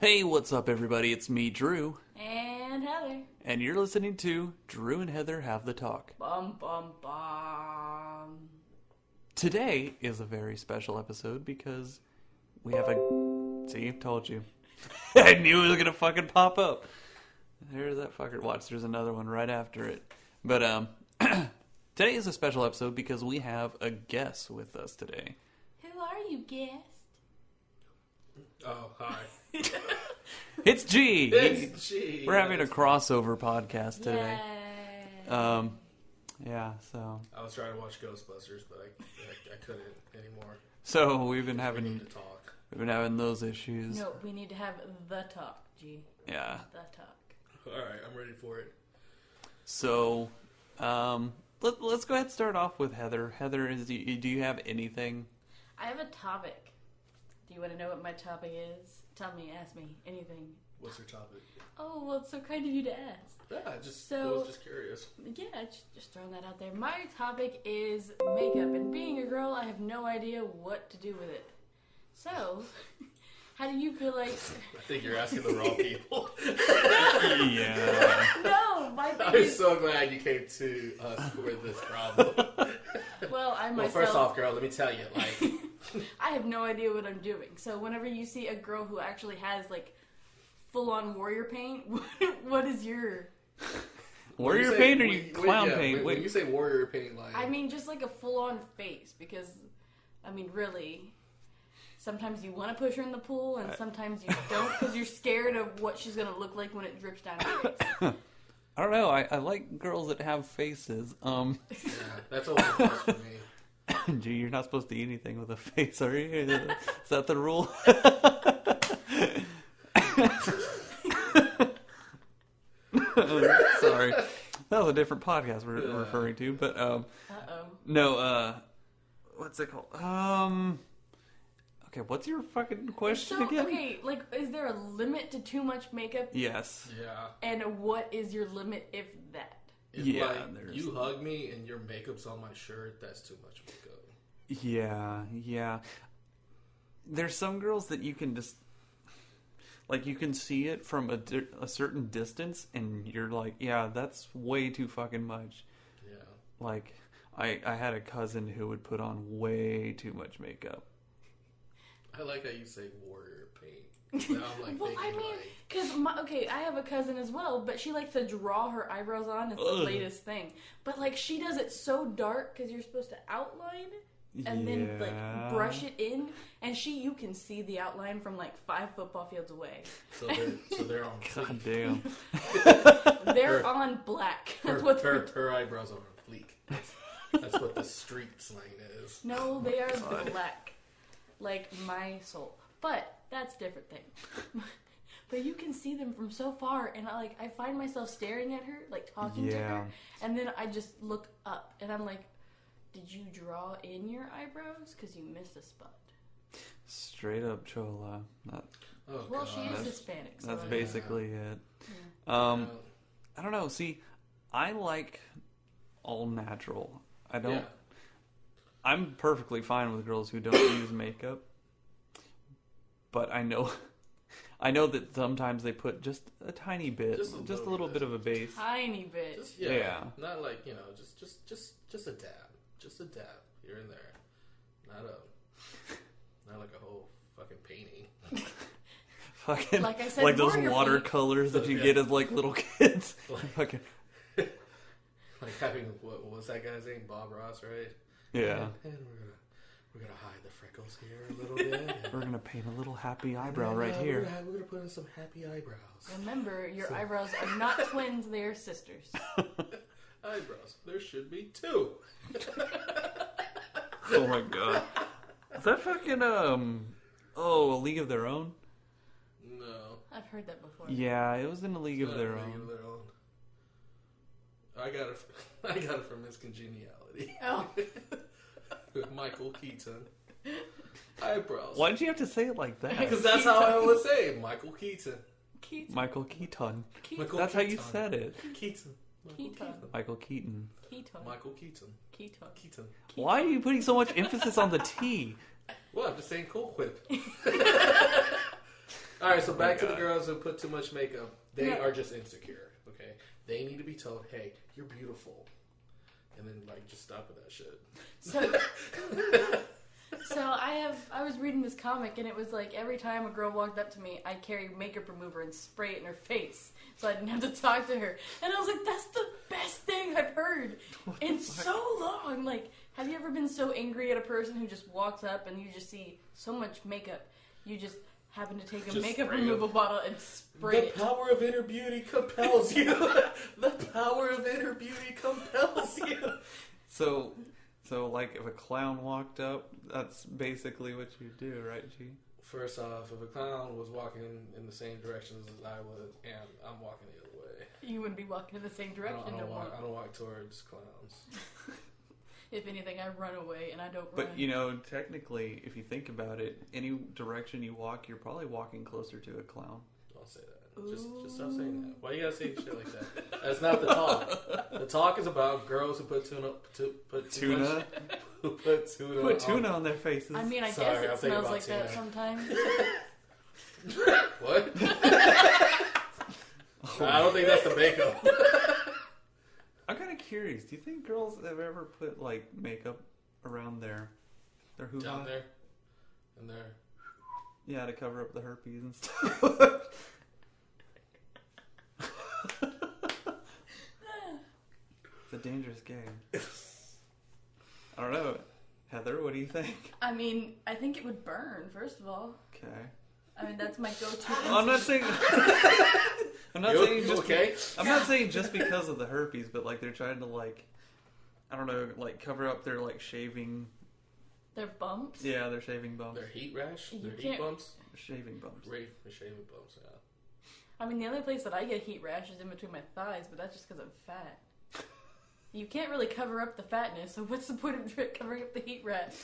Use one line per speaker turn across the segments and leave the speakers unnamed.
Hey, what's up, everybody? It's me, Drew,
And Heather.
and you're listening to Drew and Heather Have the Talk.
Bum bum bum.
Today is a very special episode because we have a. See, told you. I knew it was gonna fucking pop up. There's that fucker. Watch, there's another one right after it. But um, today is a special episode because we have a guest with us today.
Who are you, guest?
Oh, hi.
It's G.
It's G.
We're having a crossover podcast today.
Yay.
Um, yeah. So,
I was trying to watch Ghostbusters, but I, I, I couldn't anymore.
so we've been
We
having
need to talk.
we've been having those issues.
no, we need to have the talk, G.
Yeah.
The talk.
All right, I'm ready for it.
So, um, let, let's go ahead and start off with Heather. Heather, is do you, do you have anything?
I have a topic. Do you want to know what my topic is? Tell me, ask me, anything.
What's your topic?
Oh, well, it's so kind of you to ask.
Yeah, just I
So-
was just curious.
Yeah, just, just throwing that out there. My topic is makeup, and being a girl, I have no idea what to do with it. So, how do you feel like.
I think you're asking the wrong people.
Yeah.
no, my thing
I'm
is.
so glad you came to us for this problem.
Well, I
Well,
myself.
first off, girl, let me tell you, like,
I have no idea what I'm doing. So whenever you see a girl who actually has like full-on warrior paint, what is your?
when
Warrior
you say-
paint or
when-
you
when-
clown
yeah,
paint?
When, when you
Wait,
say warrior paint, like,
I mean, just like a full-on face, because I mean, really, sometimes you want to push her in the pool, and sometimes you don't because you're scared of what she's gonna look like when it drips down. Your face.
I don't know. I, I like girls that have faces. Um,
yeah, that's always a plus for me.
gee, you're not supposed to eat anything with a face, are you? Is that- is that the rule? Sorry, that was a different podcast we're
Yeah.
referring to, but um,
Uh oh.
No, uh what's it called? Um Okay, what's your fucking question
So
again?
okay, like, is there a limit to too much makeup,
Yes.
Yeah.
and what is your limit if that?
If,
Yeah,
like,
there's-
you hug me and your makeup's on my shirt, that's too much makeup.
Yeah, yeah. There's some girls that you can just like you can see it from a, di- a certain distance and you're like, yeah, that's way too fucking much.
Yeah.
Like I I had a cousin who would put on way too much makeup.
I like how you say warrior paint. Now I'm like
Well, I
thinking,
mean,
like,
because my okay, I have a cousin as well, but she likes to draw her eyebrows on. It's
Ugh.
the latest thing, but like she does it so dark because you're supposed to outline and then like
Yeah.
brush it in, and she you can see the outline from like five football fields away.
So they're, so they're on
God
fleek.
damn.
They're
Her-
on black.
Her,
That's what they're.
her, her eyebrows are on fleek. That's, that's what the street slang is.
No, they
Oh
are black, like my soul. But that's a different thing. but you can see them from so far, and I like I find myself staring at her, like talking to her,
Yeah.
and then I just look up, and I'm like, "Did you draw in your eyebrows? Cause you missed a spot."
Straight up chola. Not
Oh,
Well,
God.
she is Hispanic, so
That's
I-
basically it. Um, I don't know. See, I like all natural. I don't.
Yeah.
I'm perfectly fine with girls who don't use makeup, but I know, I know that sometimes they put just a tiny bit, just a little, bit, of a base.
Tiny bit.
Just, yeah,
Yeah.
Not like, you know, just, just, just, just a dab. Just a dab here and there. Not a, not like a whole fucking painting.
Fucking
Like
like,
I said,
those
warrior
watercolors that you
Yeah.
get as like little kids.
Like-
Fucking
Like having, what, what was that guy's name? Bob Ross, right?
yeah.
And we're gonna, we're gonna hide the freckles here a little bit. and-
We're gonna paint a little happy eyebrow
and,
right
uh, We're
here.
gonna, have- we're gonna put in some happy eyebrows.
Remember, your eyebrows are not twins; they are sisters.
Eyebrows. There should be two.
Oh my god. Is that fucking um? Oh, a league of their own.
No.
I've heard that before.
Yeah, it was in a league of
Not
their
really
own.
their own. I got it. I got it from Miss Congeniality.
Oh,
With Michael Keaton. Eyebrows.
Why did you have to say it like that?
Because that's how I would say it. Michael Keaton.
Keaton.
Michael Keaton.
Keaton.
Michael
That's how you
Keaton.
said it.
Keaton. Michael
Keaton.
Keaton.
Michael Keaton.
Keaton.
Michael Keaton.
Keaton.
Keaton.
Why are you putting so much emphasis on the T?
Well, I'm just saying cool whip. All right, so back to the
God.
girls who put too much makeup. They
Yeah.
are just insecure. Okay, they need to be told, "Hey, you're beautiful," and then like just stop with that shit.
So, so I have I was reading this comic and it was like every time a girl walked up to me, I carry makeup remover and spray it in her face, so I didn't have to talk to her. And I was like, that's the best thing I've heard in so long. Like, have you ever been so angry at a person who just walks up and you just see so much makeup, you just happen to take a
Just
makeup
spray it.
removal bottle and spray
The
it?
power of inner beauty compels you. the power of inner beauty compels you.
So, so like if a clown walked up, that's basically what you do, right, G?
First off, if a clown was walking in the same direction as I was, and I'm walking the other way,
You wouldn't be walking in the same
I don't, I
direction no
don't
more.
walk. I don't walk towards clowns.
If anything, I run away and I don't run.
But you know, technically, if you think about it, any direction you walk, you're probably walking closer to a clown.
Don't say that. Just, just stop saying that. Why you gotta say shit like that? That's not the talk. The talk is about girls who put tuna, to, put too much-
Tuna,
who put tuna,
put
on-
tuna on their faces.
I mean, I
Sorry, I'll
guess it
think
smells
about
like that sometimes.
tuna. What? I don't think that's the makeup.
I'm kind of curious. Do you think girls have ever put like makeup around their their hoo
Down there, and there.
Yeah, to cover up the herpes and stuff. it's a dangerous game. I don't know, Heather. What do you think?
I mean, I think it would burn, first of all.
Okay.
I mean, that's my go to.
I'm not saying. I'm not
You-
saying
you
just.
okay.
I'm not saying just because of the herpes, but like they're trying to like, I don't know, like cover up their like shaving.
They're bumps.
Yeah, their shaving bumps.
Their heat rash,
You
their heat
can't-
bumps,
Shaving bumps.
Ra- their shaving bumps. Yeah.
I mean, the only place that I get heat rash is in between my thighs, but that's just because I'm fat. You can't really cover up the fatness, so what's the point of dri- covering up the heat rash?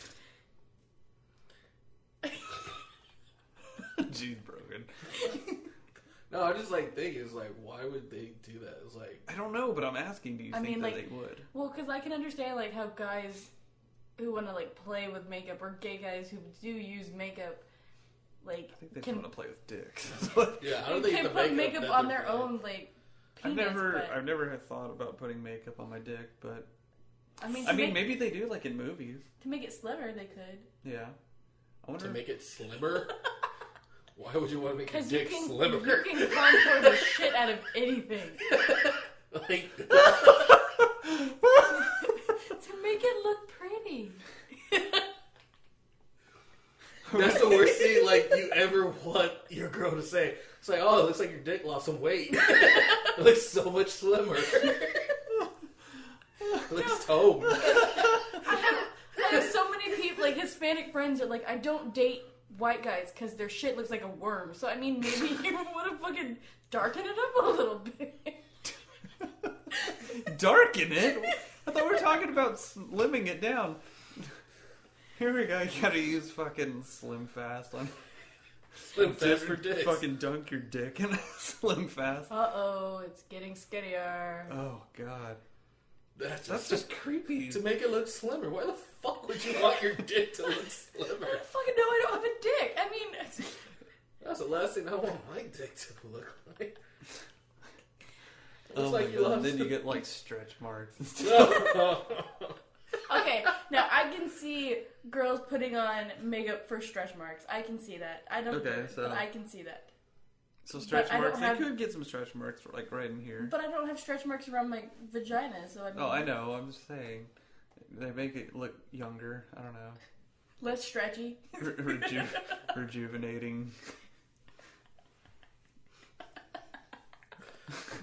Jeez, broken.
No, I just like think it's like why would they do that? It's like
I don't know, but I'm asking. Do you
I
think
mean,
that
like-
they would?
Well, because I can understand, like, how guys who want to, like, play with makeup or gay guys who do use makeup, like,
I think they
can,
want to play with dicks.
yeah, I
they
don't think
can
the
put
makeup,
makeup
that
on
they're
their
putting-
own, like,
I've
penis.
never,
but-
I've never had thought about putting makeup on my dick, but
I mean, to,
I mean,
make,
maybe they do like in movies.
to make it slimmer, they could.
Yeah, I wonder.
to make it slimmer. why would you want to make your
Because you
dick
can
slimmer?
you can contour the shit out of anything
like
to make it look pretty.
that's the worst thing like you ever want your girl to say. It's like, oh, it looks like your dick lost some weight. it looks so much slimmer. it looks toned.
I have so many people, like Hispanic friends, are like, I don't date white guys because their shit looks like a worm. So I mean, maybe you would have fucking darkened it up a little bit.
Darken it. I thought we were talking about slimming it down. Here we go. You gotta use fucking Slim Fast on
Slim fast for dicks.
Fucking dunk your dick in Slim Fast.
Uh oh, it's getting skinnier.
Oh god,
That's
that's
just,
just creepy.
to make it look slimmer. Why the fuck would you want your dick to look
I
slimmer?
don't fucking know. I don't have a dick. I mean, it's-
That's the last thing I want my dick to look like. Looks
Oh
like
my
you
god.
lost-
Then you get like stretch marks. And stuff.
okay. Now I can see girls putting on makeup for stretch marks. I can see that. I don't.
Okay,
do it,
so-
but I can see that.
So stretch
I don't
marks.
have-
You could get some stretch marks like right in here.
But I don't have stretch marks around my vagina, so I mean,
Oh, I know. I'm just saying. They make it look younger. I don't know.
less stretchy.
Re- reju- rejuvenating.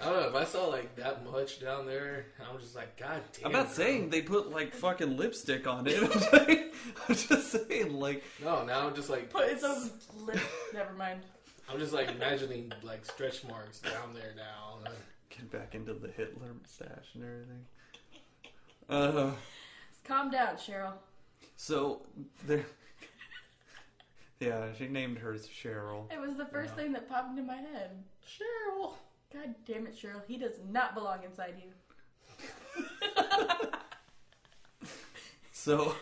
I don't know. If I saw like that much down there, I'm just like, God damn.
I'm not
girl."
saying they put like fucking lipstick on it. I'm, saying, I'm just saying like
No, now I'm just like,
Put its own lip. Never mind.
I'm just like imagining like stretch marks down there now.
get back into the Hitler mustache and everything. Uh,
Calm down, Cheryl.
so there. Yeah, she named hers Cheryl.
It was the first
Yeah.
thing that popped into my head.
Cheryl.
God damn it, Cheryl. He does not belong inside you.
So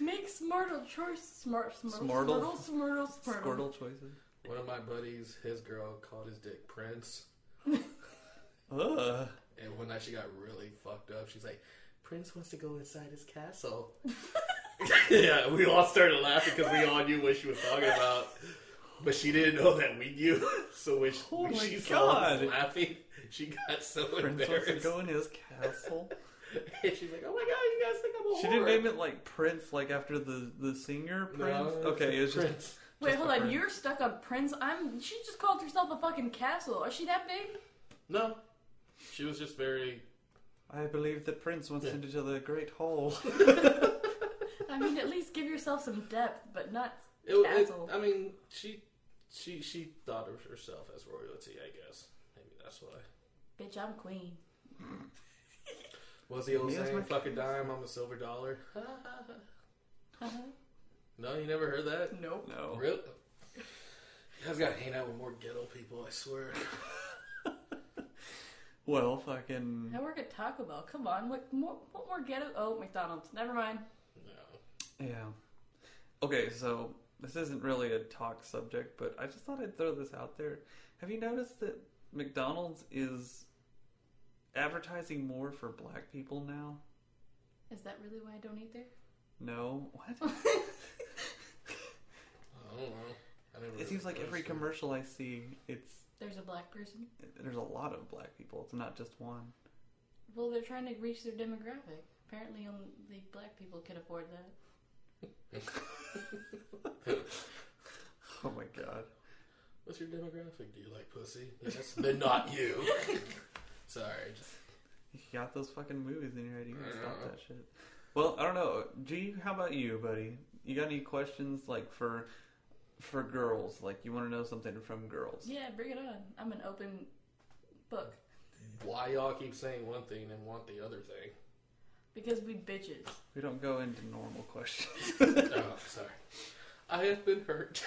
Make smartle choice. Smart, smartle,
Smartle?
smartle, smartle, smartle.
Squirtle choices.
One of my buddies, his girl called his dick Prince,
Ugh.
and one night she got really fucked up. She's like, "Prince wants to go inside his castle." yeah, we all started laughing because we all knew what she was talking about, but she didn't know that we knew. so when she, when
Oh my
she saw us
God.
laughing, she got so
Prince wants to
embarrassed.
go in his castle.
and she's like, "Oh my god, you guys think I'm a
She
whore?"
didn't name it like Prince, like after the the singer
No,
Prince.
it's
okay, it's just
Prince.
Wait,
Just
hold
the
on.
prince.
You're stuck on Prince. I'm. She just called herself a fucking castle. Is she that big?
No, she was just very.
I believe that Prince wants
Yeah.
into the great hall.
I mean, at least give yourself some depth, but not
It, wa- it,
castle.
I mean, she she she thought of herself as royalty. I guess maybe that's why.
Bitch, I'm queen.
What's the old
Yeah, that's
saying?
my
Fuck a dime, I'm a silver dollar.
Uh-huh.
no, you never heard that.
Nope.
no.
Real. Oh. You guys gotta hang out with more ghetto people. I swear.
Well, fucking.
I work at Taco Bell. Come on, what more? What more ghetto? Oh, McDonald's. Never mind.
No.
Yeah. Okay, so this isn't really a talk subject, but I just thought I'd throw this out there. Have you noticed that McDonald's is advertising more for black people now?
Is that really why I don't eat there?
No? What?
I don't know. I never
It seems like every
noticed it.
commercial I see, it's
There's a black person.
there's a lot of black people. It's not just one.
Well, they're trying to reach their demographic. Apparently, only black people can afford that.
Oh my god.
What's your demographic? Do you like pussy? Yes. then not you. Sorry. Just,
You got those fucking movies in your head. You gotta stop
Yeah.
that shit. Well, I don't know. G, how about you, buddy? You got any questions like for for girls? Like you want to know something from girls?
Yeah, bring it on. I'm an open book
why y'all keep saying one thing and want the other thing?
because we bitches.
We don't go into normal questions.
oh, sorry. I have been hurt.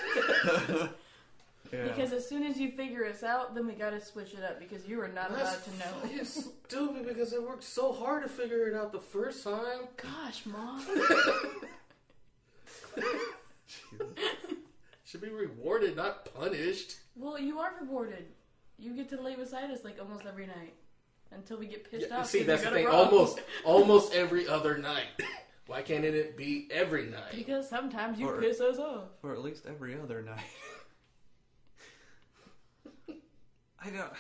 Yeah.
Because as soon as you figure us out, then we gotta switch it up because you are not allowed to know.
fucking stupid because I worked so hard to figure it out the first time.
Gosh, mom.
Should be rewarded, not punished.
well, you are rewarded. You get to lay beside us like almost every night until we get pissed
Yeah,
off.
see,
'cause we
that's the
got it
thing.
wrong.
Almost, almost every other night. Why can't it be every night?
Because sometimes you
Or-
piss us off.
or at least every other night. I don't.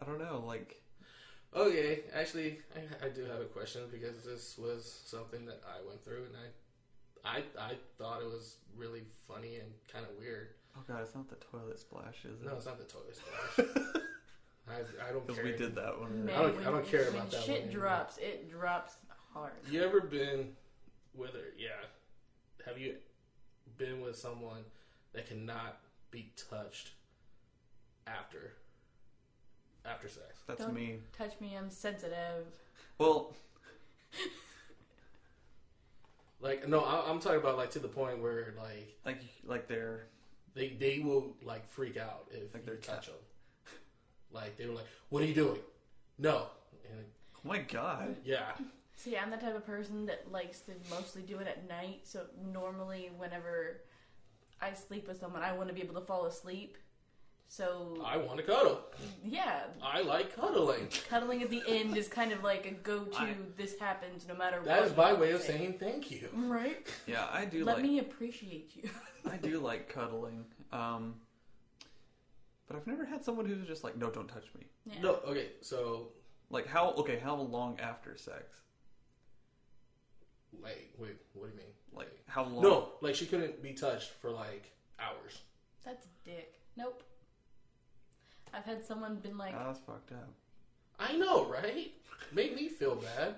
I don't know. Like
Okay, actually, I, I do have a question because this was something that I went through, and I, I, I thought it was really funny and kind of weird.
oh god, it's not the toilet splash, is it?
No, it's not the toilet splash. I, I don't
Because
care.
we did that one.
Man,
I don't-
when-
I don't care
when
about that
Shit
one anymore.
drops. It drops hard.
You ever been with her? Yeah. Have you been with someone that cannot be touched after after sex?
That's
Don't-
me.
Touch me, I'm sensitive.
Well,
Like, no, I, I'm talking about like to the point where like
like like they're
they they will like freak out if
Like
you
they're
touch them. Like they were like, "What are you doing?" No. And,
oh my god.
yeah.
See, I'm the type of person that likes to mostly do it at night. So normally, whenever I sleep with someone, I want to be able to fall asleep. So
I want to cuddle.
yeah,
I like cuddling.
cuddling at the end is kind of like a go-to.
I-
this happens no matter what.
That is my way of saying thank you.
Right.
Yeah, I do
Let
like.
me appreciate you.
I do like cuddling, um, but I've never had someone who's just like, "No, don't touch me."
Yeah.
No, okay. So,
Like how? Okay, how long after sex?
like, wait, what do you mean?
Like how long?
No, like she couldn't be touched for like hours.
That's dick. Nope. I've had someone been like,
Ah, that's fucked up.
I know, right? Made me feel bad.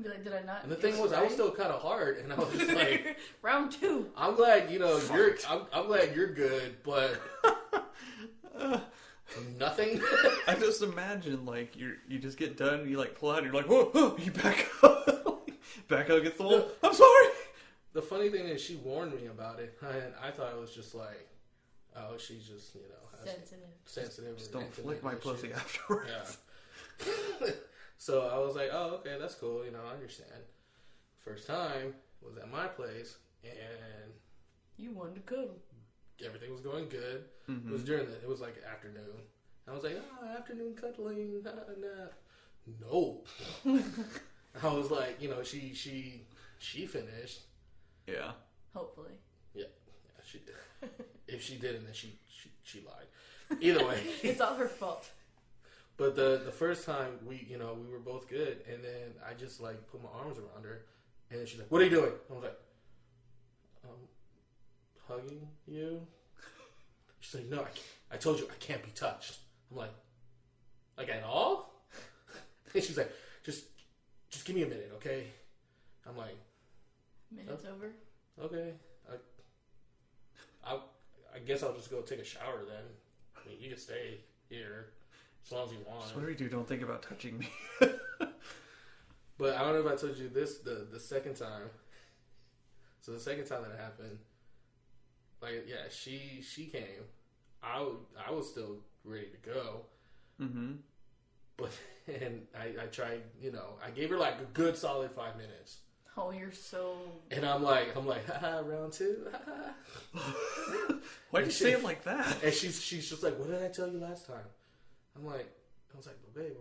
be like, did I not?
And the
get
thing
it
was, I was
right?
still kind of hard, and I was just like,
round two.
I'm glad you know you're. I'm, I'm glad you're good, but nothing.
I just imagine like you you just get done, you like pull out, and you're like, "Whoa!" whoa," you back up, back up against the wall. I'm sorry.
the funny thing is, she warned me about it, and I thought it was just like, oh, she's just you know has
Sensitive.
sensitive.
Just
or
don't
intimate
flick my
issues.
pussy afterwards.
Yeah. so I was like, oh, okay, that's cool. You know, I understand. First time was at my place, and
You wanted to cuddle.
everything was going good. It
Mm-hmm.
was during the it was like afternoon. I was like, ah, afternoon cuddling, ah, nap. No, I was like, you know, she she she finished.
Yeah.
Hopefully.
Yeah, yeah she did. if she didn't, then she she, she lied. Either way.
It's all her fault.
But the the first time we you know we were both good, and then I just like put my arms around her, and then she's like, "What are you doing?" I was like, "I'm hugging you." She's like, "No, I, can't. I told you I can't be touched." I'm like, "Like at all?" And she's like, "Just just give me a minute, okay?" I'm like,
Minute's over.
"Okay, I I I guess I'll just go take a shower then. I mean, you can stay here as long as you want."
Just whatever you do, don't think about touching me.
But I don't know if I told you this the the second time. So the second time that it happened, like yeah, she she came. I w- I was still ready to go,
mm-hmm.
but and I I tried you know I gave her like a good solid five minutes,
Oh, you're so.
and I'm like I'm like haha round two, haha."
Why'd you say it like that?
and she's she's just like what did I tell you last time? I'm like I was like but babe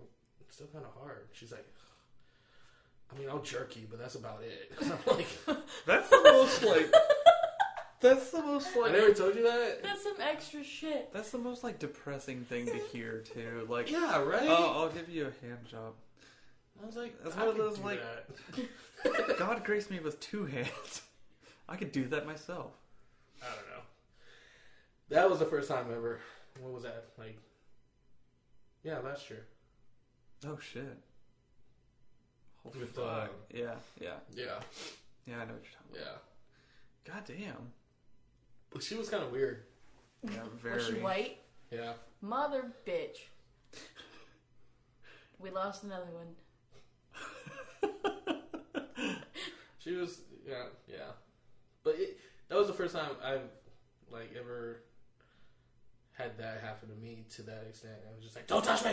it's still kind of hard. She's like. I mean, I'll jerk you, but that's about it. I'm like,
That's the most like. That's the most
I
like.
never told you that.
That's some extra shit.
That's the most like depressing thing to hear too. Like,
Yeah, right.
oh, I'll give you a hand job.
I was like,
That's
I
one of
could
those,
do
like-
that.
God graced me with two hands. I could do that myself.
I don't know. That was the first time ever. What was that like? Yeah, last year.
Oh shit. Holy
With,
fuck.
uh,
yeah, yeah,
Yeah,
yeah. I know what you're talking
yeah.
about. God damn.
But she was kind of weird.
Yeah, very.
Was she white?
Yeah.
Mother bitch. We lost another one.
She was. Yeah, yeah. But it, that was the first time I've like ever had that happen to me to that extent. I was just like, "Don't touch me."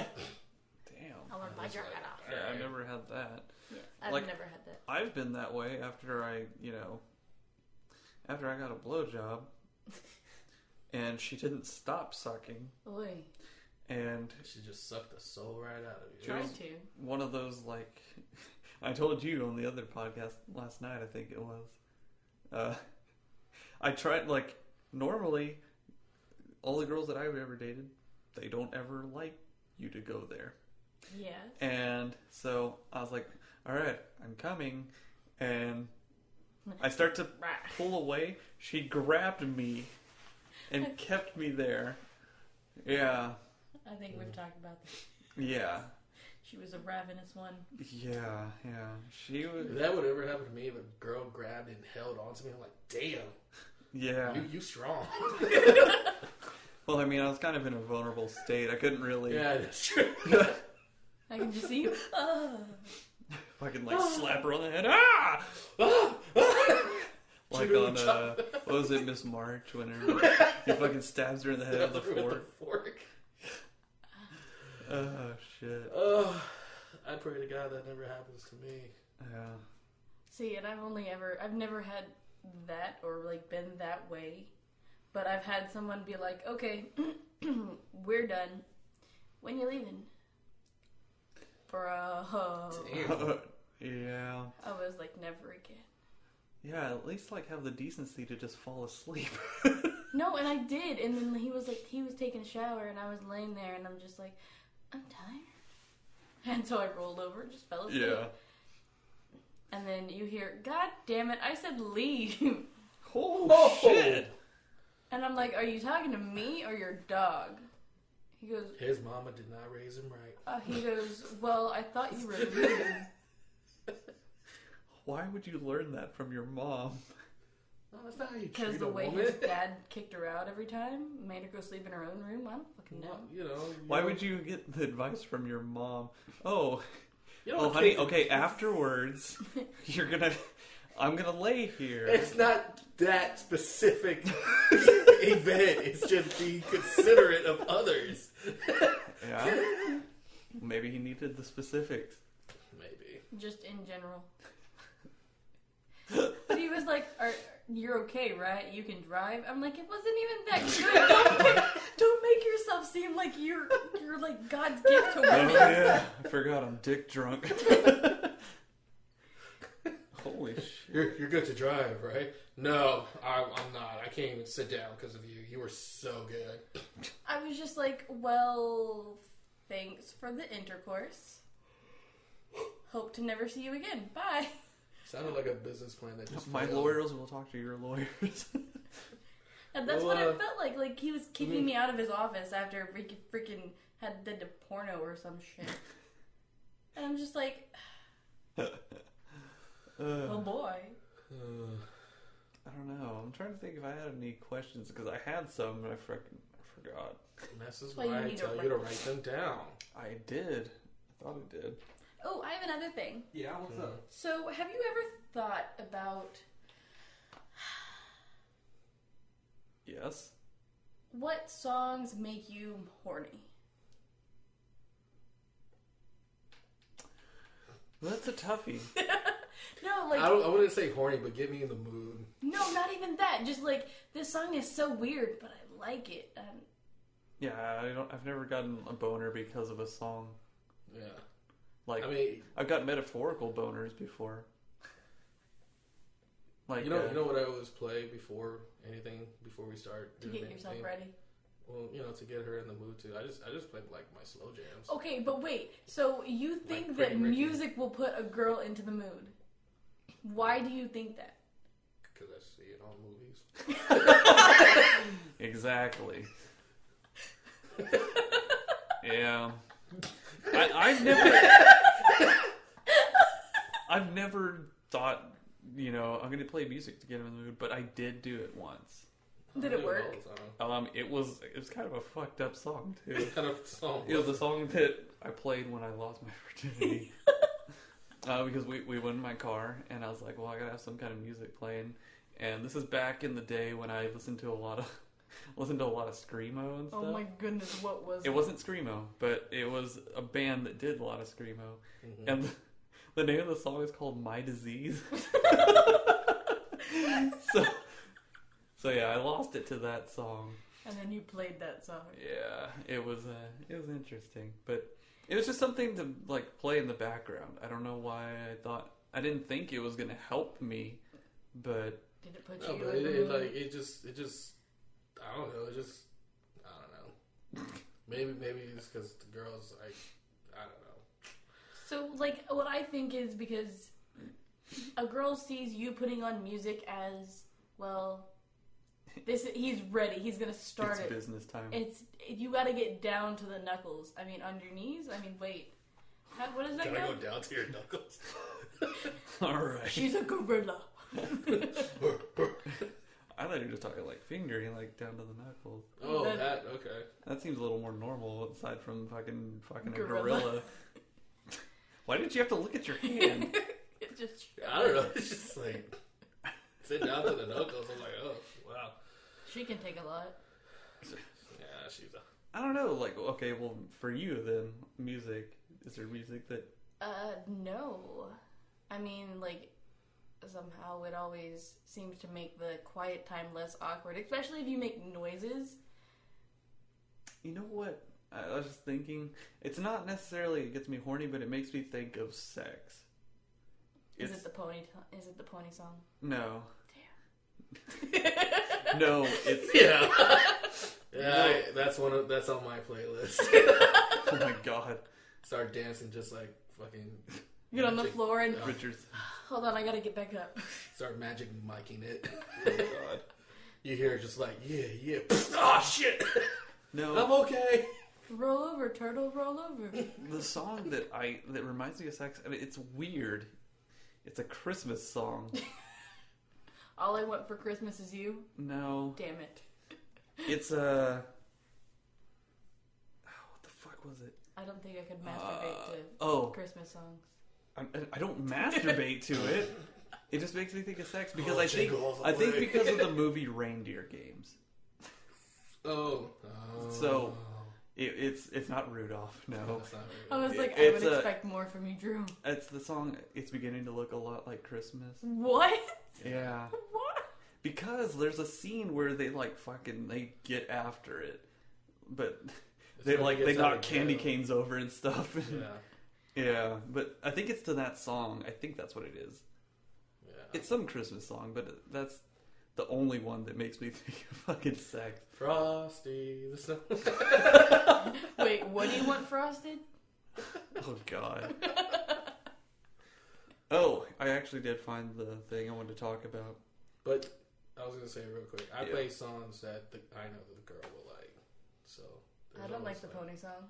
Damn.
I want to bite your head off.
Yeah, I've never had that.
Yeah, I've
Like-
never had that.
I've been that way after I, you know, after I got a blowjob, and she didn't stop sucking,
Oy,
and
She just sucked the soul right out of you.
trying
was-
to.
one of those like I told you on the other podcast last night, I think it was. Uh, I tried like normally all the girls that I've ever dated, they don't ever like you to go there.
Yeah.
And so I was like, all right, I'm coming. And I start to
Right.
pull away. She grabbed me and kept me there. Yeah.
I think we've talked about this.
Yeah.
She was a ravenous one.
Yeah. Yeah. She was.
If that would ever happen to me, if a girl grabbed and held onto me, I'm like, "Damn,
Yeah.
you you strong."
Well, I mean, I was kind of in a vulnerable state. I couldn't really
yeah, that's true.
I can just see you. Ah.
fucking like slap her on the head. Ah! Like
She really
on uh, what was it, Miss March? When her, he fucking stabs her in the head with a
With the
fork.
fork.
Oh shit.
Oh, I pray to God that never happens to me.
Yeah.
See, and I've only ever, I've never had that or like been that way, but I've had someone be like, "Okay, we're done. When you leaving?" Bro,
Oh,
yeah.
I was like, "Never again."
Yeah, at least like have the decency to just fall asleep.
No, and I did, and then he was like, he was taking a shower, and I was laying there, and I'm just like, "I'm tired," and so I rolled over and just fell asleep. And then you hear, "God damn it! I said leave."
Oh,
Oh.
shit.
And I'm like, are you talking to me or your dog? He goes,
His mama did not raise him right.
uh, he goes, well, I thought you were leaving.
Why would you learn that from your mom?
No, that's not how you
Because
treat
the
a
way
woman.
his dad kicked her out every time, made her go sleep in her own room, I don't fucking know.
Well, You know.
Why would you get the advice from your mom? Oh,
You know
oh, honey. Okay, afterwards, you're gonna. I'm gonna lay here.
It's not that specific event. It's just be considerate of others.
Yeah. Maybe he needed the specifics.
Maybe.
Just in general. But he was like, Are, "You're okay, right? You can drive." I'm like, "It wasn't even that good. Don't make, don't make yourself seem like you're you're like God's gift to
Oh,
women."
yeah. I forgot I'm dick drunk. Holy shit.
You're, you're good to drive, right? No, I, I'm not. I can't even sit down because of you. You were so good.
I was just like, "Well, thanks for the intercourse. Hope to never see you again. Bye."
Sounded like a business plan that just
My
failed.
lawyers will talk to your lawyers.
And that's
Well,
what
uh,
it felt like. Like he was kicking
mhm.
me out of his office after we could freaking had did the porno or some shit. and I'm just like,
Uh,
"Oh boy."
Uh,
I don't know. I'm trying to think if I had any questions because I had some, but I frickin' forgot.
and this is
Well, you
why I
need to
tell
write-
you to write them down.
I did. I thought I did.
Oh, I have another thing.
Yeah, what's up?
So, have you ever thought about
Yes.
what songs make you horny?
That's a toughie.
No,
I,
like
don't, I wouldn't say horny, but get me in the mood.
no, not even that. Just like this song is so weird, but I like it. Um,
Yeah, I don't. I've never gotten a boner because of a song.
Yeah.
Like
I mean,
I've got metaphorical boners before. Like
you know,
uh,
you know what I always play before anything, before we start
to
doing
get yourself
anything?
ready.
Well, you know, to get her in the mood too. I just, I just play like my slow jams.
Okay, but wait. So you think
Like
that
Pretty Ricky.
music will put a girl into the mood? Why do you think that?
Because I see it on movies.
exactly. yeah, I, I've never. I've never thought. You know, I'm gonna play music to get him in the mood, but I did do it once.
Did
I
it
do
work?
all the time.
Um, it was it was kind of a fucked up song too.
What kind of song?
It was the song that I played when I lost my virginity. uh, because we, we went in my car, and I was like, well, I gotta have some kind of music playing. And this is back in the day when I listened to a lot of listened to a lot of screamo
Oh
and stuff.
goodness, what was
It wasn't screamo, but it was a band that did a lot of screamo.
Mhm.
And the, the name of the song is called "My Disease." so, so yeah, I lost it to that song.
And then you played that song.
Yeah, it was uh, it was interesting, but it was just something to like play in the background. I don't know why I thought I didn't think it was gonna help me, but
Did it put
No,
you
but
in
it,
the
it,
mood?
like it just it just I don't know. It just I don't know. Maybe maybe it's because the girls like I don't know.
So, like, what I think is because a girl sees you putting on music as well. This he's ready. He's gonna start
it's
it.
business time.
It's you got to get down to the knuckles. I mean, on your knees. I mean, wait. How, what is that?
Can I go
called?
down to your knuckles?
All right,
She's a gorilla.
I thought you were just talking like fingering, like down to the knuckles.
oh,
That-
that okay.
That seems a little more normal, aside from fucking fucking a
Gorilla.
gorilla. why did you have to look at your hand?
It's just
I don't know. It's just like sit down to the knuckles. I'm like, oh wow.
she can take a lot.
Yeah, she's a
I don't know. Like, okay, well, for you then, music. Is there music that?
Uh, no. I mean, like somehow it always seems to make the quiet time less awkward, especially if you make noises.
You know what? I I was just thinking. It's not necessarily it gets me horny, but it makes me think of sex.
Is
It's
it the pony? T- is it the pony song?
no,
Damn.
no. It's
yeah. Yeah, I- that's one of that's on my playlist.
oh my god,
Start dancing just like fucking.
Get on the
magic-
floor and
Richard's.
hold on. I gotta get back up.
Start magic miking it.
Oh god,
You hear just like, yeah, yeah. oh, shit. I'm
no.
okay.
roll over, turtle. Roll over.
The song that I that reminds me of sex, and it's weird. It's a Christmas song.
All I want for Christmas is you.
No,
Damn it.
it's a. oh, What the fuck was it?
I don't think I could masturbate
Uh,
to
oh.
Christmas songs.
I, I don't masturbate to it. It just makes me think of sex because
Oh,
I think
jingle all the
I think
way.
because of the movie Reindeer Games.
Oh.
So- oh. It, it's it's not Rudolph. No,
That's not really-
I was like, I
It's
would
a-
expect more from you, Drew.
it's the song. It's beginning to look a lot like Christmas.
What?
Yeah,
What?
because there's a scene where they like fucking they get after it, but
It's
they
when
like
he
they
gets out
knock
of
candy
jail.
canes over and stuff.
Yeah,
yeah, but I think it's to that song. I think that's what it is.
yeah.
It's some Christmas song, but that's the only one that makes me think of fucking sex.
Frosty the Snow.
Wait, what do you want frosted?
Oh god. oh, I actually did find the thing I wanted to talk about.
But I was gonna say real quick, I
Yeah.
play songs that the, I know that the girl will like. So
I
there's
don't like
always,
the pony song.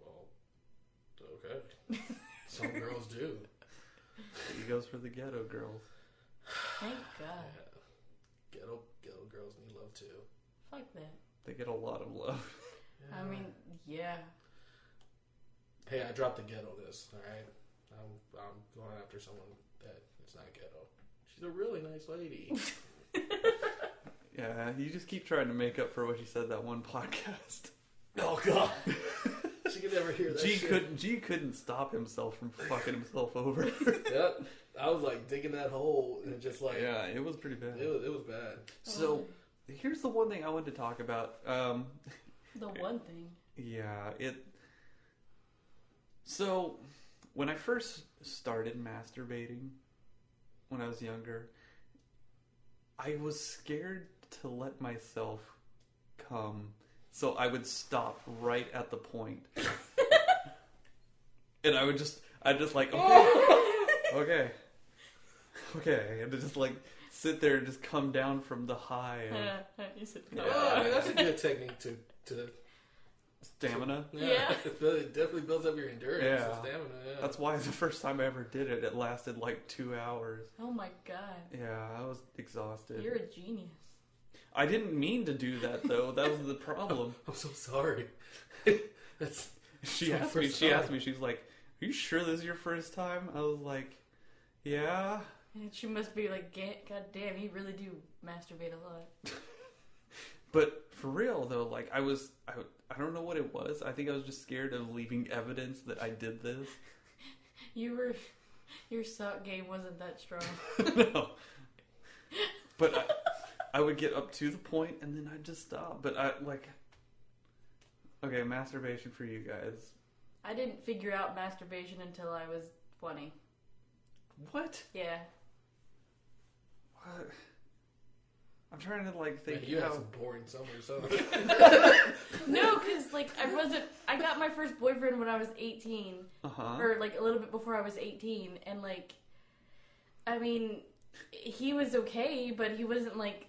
Well, okay. Some girls do.
He goes for the ghetto girls.
Thank
Yeah.
God.
Ghetto ghetto girls need love too.
Fuck that.
They get a lot of love.
I mean, yeah.
hey, I dropped the ghetto this. All right, I'm I'm going after someone that it's not ghetto. She's a really nice lady.
Yeah, you just keep trying to make up for what you said that one podcast.
oh God, she could never hear that.
G
shit.
couldn't G couldn't stop himself from fucking himself over.
Yep. I was like digging that hole and just like
yeah, it was pretty bad.
it was it was bad.
So here's the one thing I wanted to talk about. Um
The one thing.
yeah, it So when I first started masturbating when I was younger, I was scared to let myself come. So I would stop right at the point. and I would just I just like
Oh.
okay. okay. Okay, and just like sit there and just come down from the high of
you said
Yeah.
Oh, I mean, that's a good technique to to
stamina.
Yeah.
it really- definitely builds up your endurance and
Yeah.
stamina. Yeah.
That's why the first time I ever did it, it lasted like two hours.
Oh my God.
Yeah, I was exhausted.
You're a genius.
I didn't mean to do that though. That was the problem.
I'm so sorry. that's
She
It's my
asked me.
first
She
time.
asked me. She's like, "Are you sure this is your first time?" I was like, "Yeah."
And she must be like, "Ga- God damn, you really do masturbate a lot.
But for real though, like I was. I, I don't know what it was. I think I was just scared of leaving evidence that I did this.
You were, your sock game wasn't that strong.
no. But I, I would get up to the point and then I'd just stop. But I like. Okay, masturbation for you guys.
I didn't figure out masturbation until I was 20.
What?
Yeah.
What? I'm trying to like think.
man, you had
how-
some boring summers, huh?
No, because like I wasn't. I got my first boyfriend when I was 18,
Uh-huh.
or like a little bit before I was 18, and like, I mean, he was okay, but he wasn't like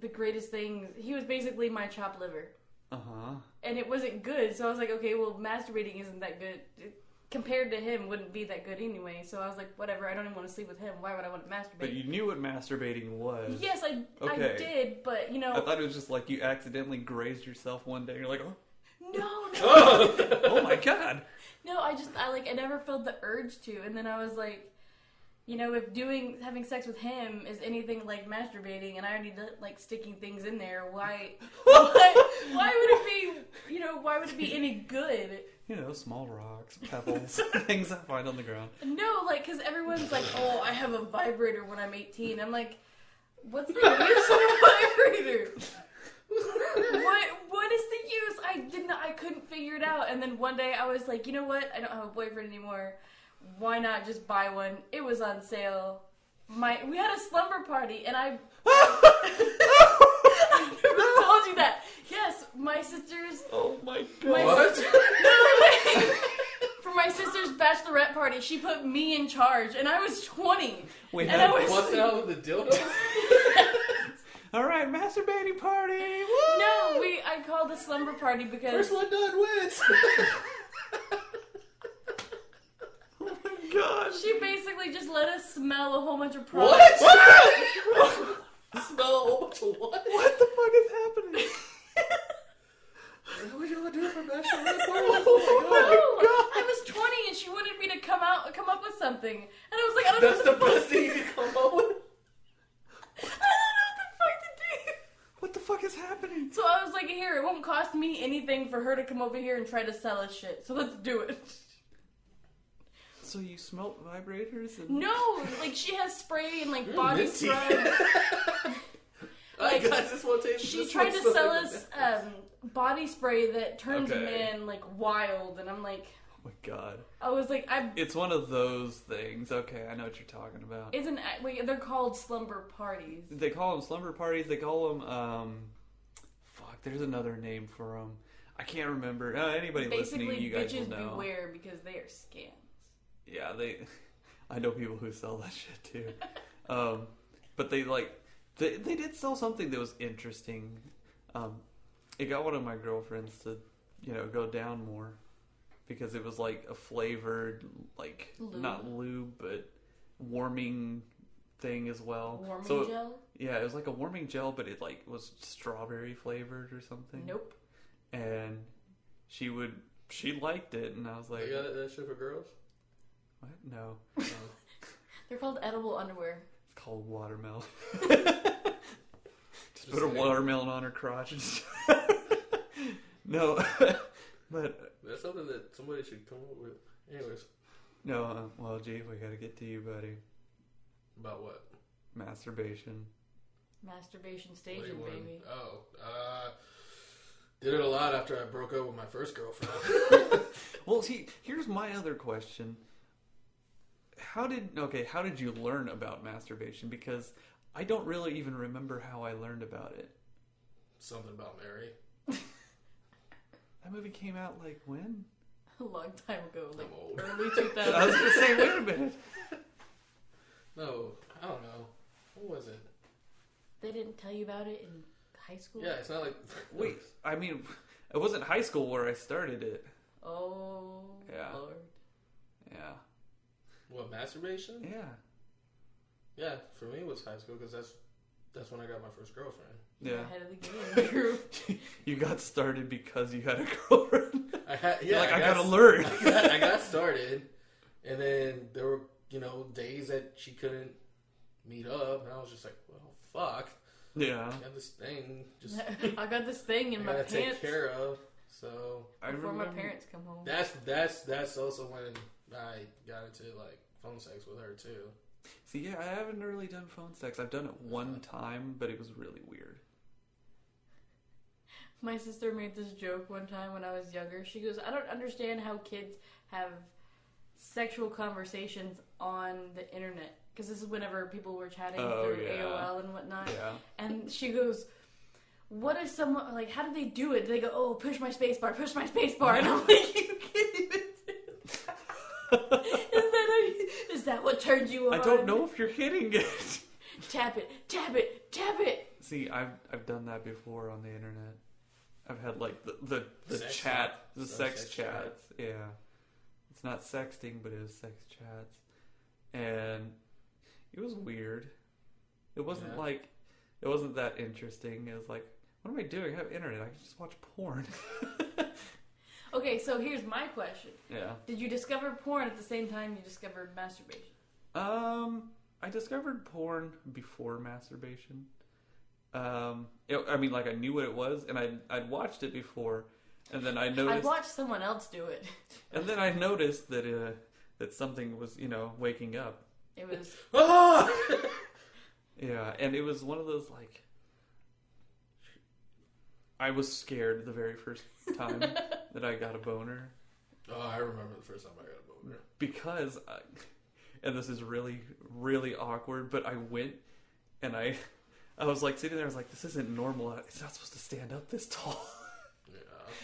the greatest thing. He was basically my chopped liver,
Uh-huh.
and it wasn't good. So I was like, okay, well, masturbating isn't that good. It- compared to him, wouldn't be that good anyway. So I was like, whatever. I don't even want to sleep with him. Why would I want to masturbate?
But you knew what masturbating was.
Yes, I, I
Okay.
did, but you know,
I thought it was just like you accidentally grazed yourself one day. You're like, oh,
no, no,
oh my god.
No, I just I like I never felt the urge to, and then I was like, you know, if doing having sex with him is anything like masturbating, and I already li- like sticking things in there, why, why, why would it be, you know, why would it be any good?
You know, small rocks, pebbles, things I find on the ground.
No, like because everyone's like, oh, I have a vibrator when I'm 18. I'm like, what's the use of a vibrator? what what is the use? I didn't I couldn't figure it out. And then one day I was like, you know what? I don't have a boyfriend anymore. Why not just buy one? It was on sale. My we had a slumber party and I I never told you that. Yes, my sister's
oh my
my
god.
for my sister's bachelorette party, she put me in charge, and I was 20.
We
and
had-
I was
What's the hell with the dildo?
All right, masturbating party. Woo!
no, we I called a slumber party because
First one done wins.
Oh my gosh.
she basically just let us smell a whole bunch of products.
what? Smell what?
What the fuck is happening?
What y'all doing for bachelor party? Oh my
No,
God.
I was 20 and she wanted me to come out, come up with something, and I was like, I don't
That's
know
the
what the,
best thing you can come up with.
fuck, I don't know what the fuck to do.
What the fuck is happening?
So I was like, here, it won't cost me anything for her to come over here and try to sell us shit. So let's do it.
So you smelt vibrators and
No, like she has spray and like
You're
body
minty.
scrub.
I
Like,
got this one tastes-
She
this
tried
one
to
smells
sell
like
us
that.
um, body spray that turns a
Okay.
man like wild, and I'm like,
Oh my god.
I was like, I.
It's one of those things. Okay, I know what you're talking about.
It's an act- wait. They're called slumber parties.
They call them slumber parties. They call them um, fuck. There's another name for them. I can't remember. Uh, anybody
Basically,
listening, you guys will
bitches
know.
beware because they are scams.
Yeah, they. I know people who sell that shit too. um, but they like they they did sell something that was interesting. Um, it got one of my girlfriends to you know go down more because it was like a flavored like
Lube?
not lube but warming thing as well.
Warming
Oh, so
gel?
yeah, it was like a warming gel, but it like was strawberry flavored or something.
Nope.
And she would she liked it, and I was like,
They got that shit for girls?
what? No.
They're called edible underwear.
It's called watermelon. just,
Just
put a
like-
watermelon on her crotch. And just... no, but
That's something that somebody should come up with. Anyways,
no. Uh, well, gee, we gotta get to you, buddy.
about what?
Masturbation.
Masturbation
What do
staging,
you wanna-
baby.
Oh, uh, did it a lot after I broke up with my first girlfriend.
Well, see, here's my other question. How did okay? How did you learn about masturbation? Because I don't really even remember how I learned about it.
something about Mary.
That movie came out like when?
A long time ago, like
I'm old.
early
I
2000s.
was gonna say, wait a minute.
No, I don't know. What was it?
they didn't tell you about it in high school.
Yeah, it's not like
Wait, I mean, it wasn't high school where I started it.
Oh.
Yeah.
Lord.
Yeah,
What masturbation?
yeah.
Yeah, for me it was high school because that's that's when I got my first girlfriend.
You're
Yeah.
Ahead of the game.
you got started because you had a girlfriend.
I had yeah,
You're like I,
got,
gotta learn.
I got, I got started, and then there were you know days that she couldn't meet up, and I was just like, well, fuck,
yeah,
I got this thing just
I got this thing in
I
my
gotta
pants
take care of. So
I
before my
remember-
parents come home.
that's that's that's also when I got into like phone sex with her too.
See, yeah, I haven't really done phone sex. I've done it one time, but it was really weird.
My sister made this joke one time when I was younger. She goes, I don't understand how kids have sexual conversations on the internet. Because this is whenever people were chatting
Oh,
through
yeah.
AOL and whatnot.
Yeah,
And she goes, What if someone, like, how do they do it? Do they go, Oh, push my space bar, push my space bar? And I'm like, You can't even do that. Is that, how you- is that what turns you on?
I don't know if you're hitting it.
Tap it, tap it, tap it.
See, I've I've done that before on the internet. I've had like the the, the
Sex
chat,
chat.
the
Some
sex,
sex
chats. Yeah, it's not sexting, but it was sex chats, and it was weird. It wasn't
Yeah.
like it wasn't that interesting. It was like, what am I doing? I have internet. I can just watch porn.
Okay, so here's my question.
yeah.
Did you discover porn at the same time you discovered masturbation?
Um, I discovered porn before masturbation. Um, it- I mean, like I knew what it was, and I would I'd watched it before, and then I
I
noticed.
watched someone else do it.
And then I noticed that uh, that something was, you know, waking up.
It was
Ah!
Yeah, and it was one of those like I was scared the very first time that I got a boner
oh, I remember the first time I got a boner.
because I, and this is really really awkward, but I went and I I was like sitting there I was like this isn't normal. It's not supposed to stand up this tall.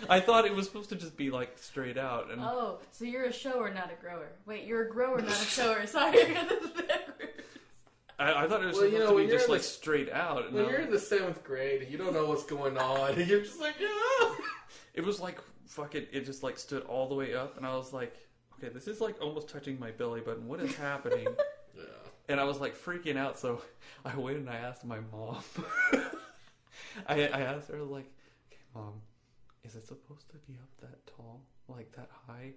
Yeah.
I thought it was supposed to just be like straight out and
oh, so you're a shower, not a grower. Wait, you're a grower, not a shower. Sorry, I got this backwards.
I, I thought it was
Well, you
supposed
know,
to
when
be
you're
just
in
like
the-
straight out. and
When
I-
you're in the seventh grade and you don't know what's going on, and you're just like, "Ah." yeah.
It was like fucking. It just like stood all the way up, and I was like, okay, this is like almost touching my belly button. What is happening?
Yeah.
and I was like freaking out. So I went and I asked my mom. I, I asked her like, okay, mom, is it supposed to be up that tall, like that high?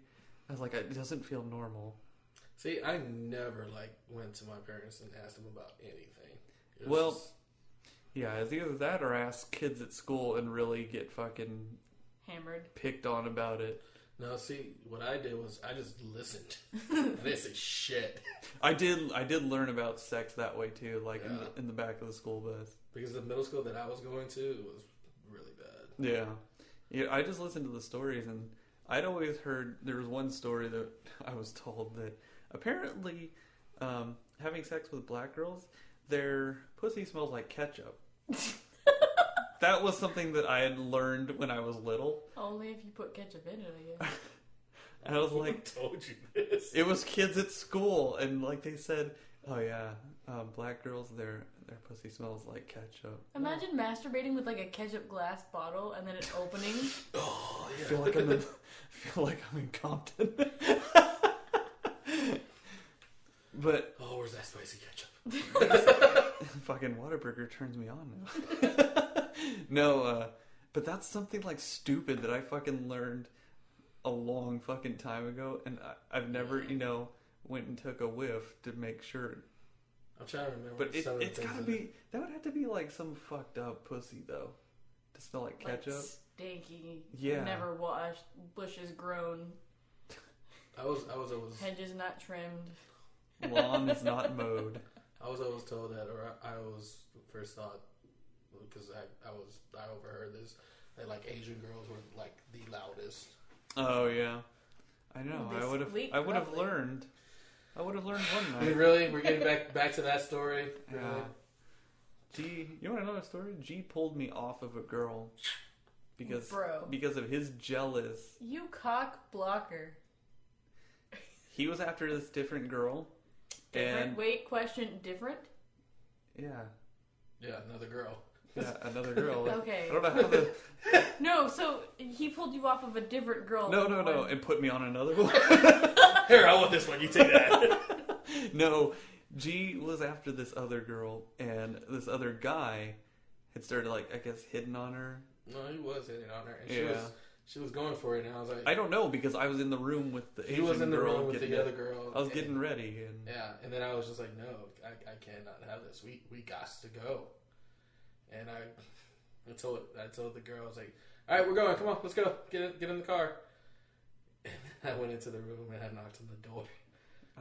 I was like, it doesn't feel normal.
See, I never like went to my parents and asked them about anything. It was
Well-
just-
Yeah, it's either that or I ask kids at school and really get fucking
hammered.
picked on about it.
No, see, what I did was I just listened. this is shit.
I did. I did learn about sex that way too, like in,
Yeah.
the, in the back of the school bus.
Because the middle school that I was going to was really bad.
Yeah. Yeah, I just listened to the stories and I'd always heard there was one story that I was told that apparently um, having sex with black girls, their pussy smells like ketchup. that was something that I had learned when I was little.
Only if you put ketchup in it, I guess.
And I was
Who
like-
told you this?
It was kids at school and like they said, "Oh yeah, um, black girls their their pussy smells like ketchup."
Imagine masturbating with like a ketchup glass bottle and then it opening.
Oh,
I
yeah.
feel like I'm in, I feel like I'm in Compton. but
oh, where's that spicy ketchup?
Fucking Whataburger turns me on now. no, uh, but that's something like stupid that I fucking learned a long fucking time ago, and I, I've never, you know, went and took a whiff to make sure.
I'm trying to remember.
But it,
some of the
it's
things
gotta
in it.
be that would have to be like some fucked up pussy though, to smell like ketchup.
Like, stinky.
Yeah.
Never washed. Bushes grown.
I was, I was always,
Hedges not trimmed.
Lawn is not mowed.
I was always told that, or I, I was first thought because I, I was, I overheard this that like Asian girls were like the loudest.
Oh yeah, I know.
This
I would have.
week,
I would have
probably.
learned. I would have learned one
I mean,
night.
really, we're getting back back to that story. Really?
Yeah. G, you want to know a story? G pulled me off of a girl because
Bro.
because of his jealous.
You cock blocker.
He was after this different girl,
Different.
and
Wait, question different?
yeah,
yeah, another girl.
yeah, another girl. Like,
Okay.
I don't know how the
No, so he pulled you off of a different girl. Oh
no no no
One.
and put me on another one.
Here, I want this one. You take that.
no, G was after this other girl, and this other guy had started like I guess hitting on her.
no, he was hitting on her, and she
Yeah.
was, she was going for it, and I was like,
I don't know because I was in the room with the
he
Asian
was in the
girl
room with
getting
the other girl.
I was
and-
getting ready and
Yeah, and then I was just like, no, I, I cannot have this. We we got to go. And I, I told I told the girl, I was like, all right, we're going. Come on, let's go. Get in, get in the car. And I went into the room and I knocked on the door.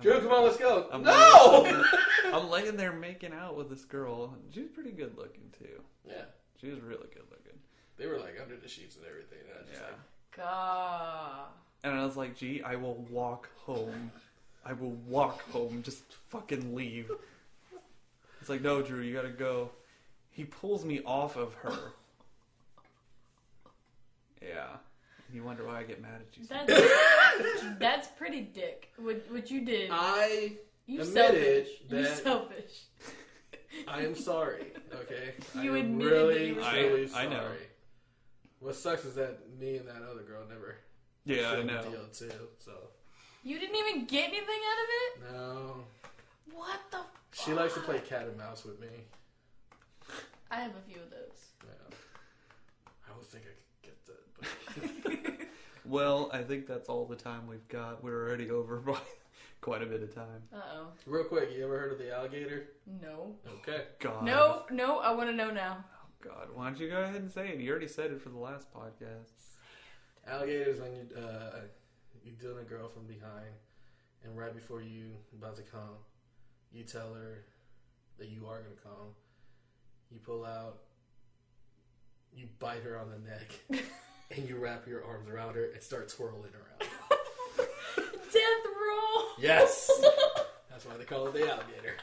Drew, come on, let's go.
I'm
no.
I'm laying there making out with this girl. She was pretty good looking too.
yeah,
She was really good looking.
they were like under the sheets and everything. And I was just
Yeah.
like,
Gah.
And I was like, gee, I will walk home. I will walk home. Just fucking leave. It's like, no, Drew, you gotta go. He pulls me off of her. Yeah. You wonder why I get mad at you. sometimes.
That's, that's pretty dick. What, what you did.
I
you
admitted
selfish. You
that-
selfish.
I am sorry. Okay,
You
I am
admitted that
really
you were
really
sorry. I- I
sorry.
know.
What sucks is that me and that other girl never
Yeah, I
sealed the
know.
deal too. So
You didn't even get anything out
no.
of it? What the
She likes to play cat and mouse with me.
I have a few of those.
Yeah. I would think I could get that. But
Well, I think that's all the time we've got. We're already over by quite a bit of time.
Uh oh.
real quick, you ever heard of the alligator?
No.
Okay.
God.
No, no, I want to know now.
God, why don't you go ahead and say it? You already said it for the last podcast.
Alligators when you uh, you're doing a girl from behind, and right before you about to come, you tell her that you are gonna come. You pull out. You bite her on the neck, and you wrap your arms around her and start twirling around.
Death roll.
Yes. Oh That's why they call it the alligator.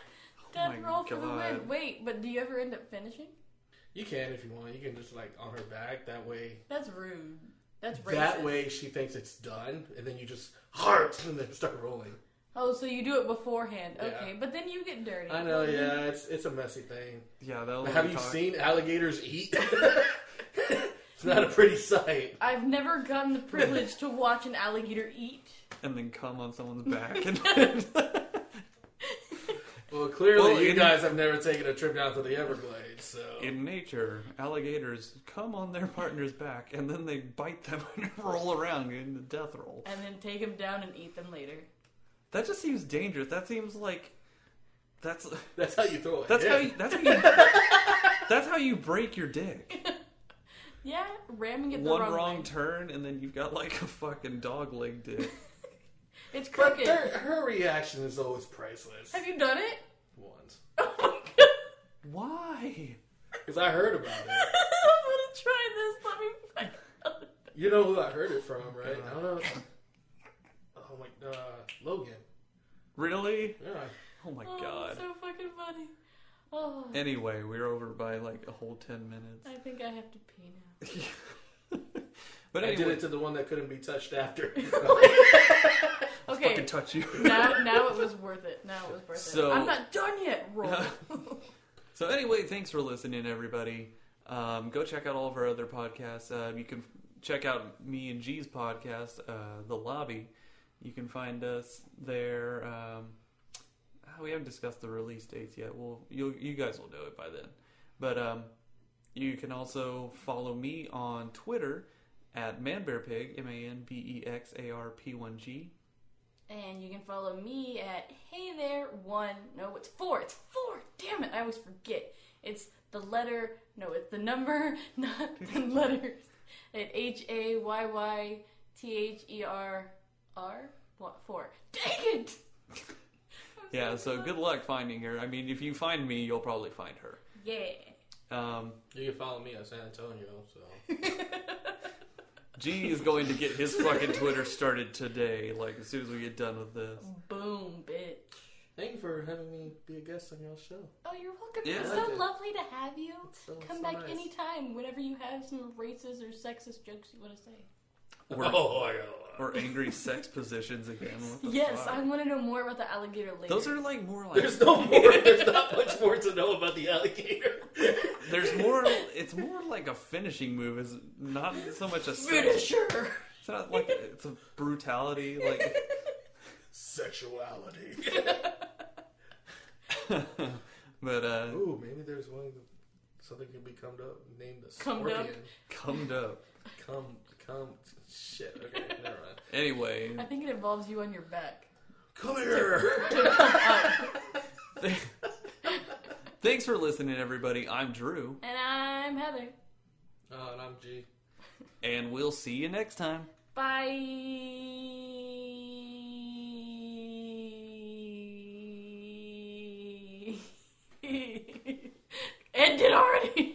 Death
my
roll for the
God.
win. Wait, but do you ever end up finishing?
You can if you want. You can just like on her back. That way
That's rude. That's racist.
That way, she thinks it's done, and then you just heart and then start rolling.
Oh, so you do it beforehand.
Yeah.
Okay, but then you get dirty.
I know, yeah, it's it's a messy thing.
Yeah, that'll
Have you seen alligators eat? it's not a pretty sight.
I've never gotten the privilege to watch an alligator eat.
and then come on someone's back and then-
Well, clearly,
Well,
you
in-
guys have never taken a trip down to the Everglades, so
in nature alligators come on their partner's back and then they bite them and roll around in the death roll
And then take them down and eat them later.
that just seems dangerous that seems like that's
that's how you throw it.
that's how you that's how you that's how you break your dick
Yeah, ramming it the
One
wrong,
wrong
way.
turn, and then you've got like a fucking dog leg dick.
It's
But
crooked.
their, her reaction is always priceless.
Have you done it?
Once.
Oh my god.
Why?
Because I heard about
I'm
it.
gonna try this. Let me find out.
You know who I heard it from, right? I don't know. Oh my, uh, Logan.
Really?
Yeah.
Oh my
Oh,
god.
It's so fucking funny. Oh,
Anyway, we're over by like a whole ten minutes.
I think I have to pee now.
but
I
anyway,
did it to the one that couldn't be touched after.
fucking
Okay.
touch you.
Now, now it was worth it. Now it was worth
So-
it. I'm not done yet. Roll.
So anyway, thanks for listening, everybody. Um, go check out all of our other podcasts. Uh, you can check out me and G's podcast, uh, The Lobby. You can find us there. Um, ah, we haven't discussed the release dates yet. Well, you you guys will know it by then. But um, you can also follow me on Twitter at manbearpig m a n b e x a r p one g.
and you can follow me at Hey There One. No, it's four. It's four. Damn it! I always forget. It's the letter. No, it's the number, not the letters. At H A Y Y T H E R R what four? Dang it! I'm
Yeah. So
excited.
good luck finding her. I mean, if you find me, you'll probably find her.
Yeah.
Um,
you can follow me at San Antonio, so.
G is going to get his fucking Twitter started today, like as soon as we get done with this.
Boom, bitch.
Thank you for having me be a guest on your show.
Oh, you're welcome.
Yeah.
It's
Okay.
so lovely to have you.
It's so-
Come
so
back
nice.
anytime whenever you have some racist or sexist jokes you want to say.
Or,
Oh, I got a lot.
or angry sex positions again. What the
Yes,
fuck?
I want to know more about the alligator later.
Those are like more like
There's no more. There's not much more to know about the alligator.
there's more. It's more like a finishing move. Is not so much a sex.
finisher.
It's not like a, it's a brutality. Like
Sexuality.
but uh,
Ooh, maybe there's one. Something can be cummed up named the
Cummed up?
scorpion.
cummed up.
Come, come, shit. Okay, never mind.
Anyway,
I think it involves you on your back.
Come here.
thanks for listening, everybody. I'm Drew,
And I'm Heather.
Oh, and I'm G.
and we'll see you next time.
Bye. End it already.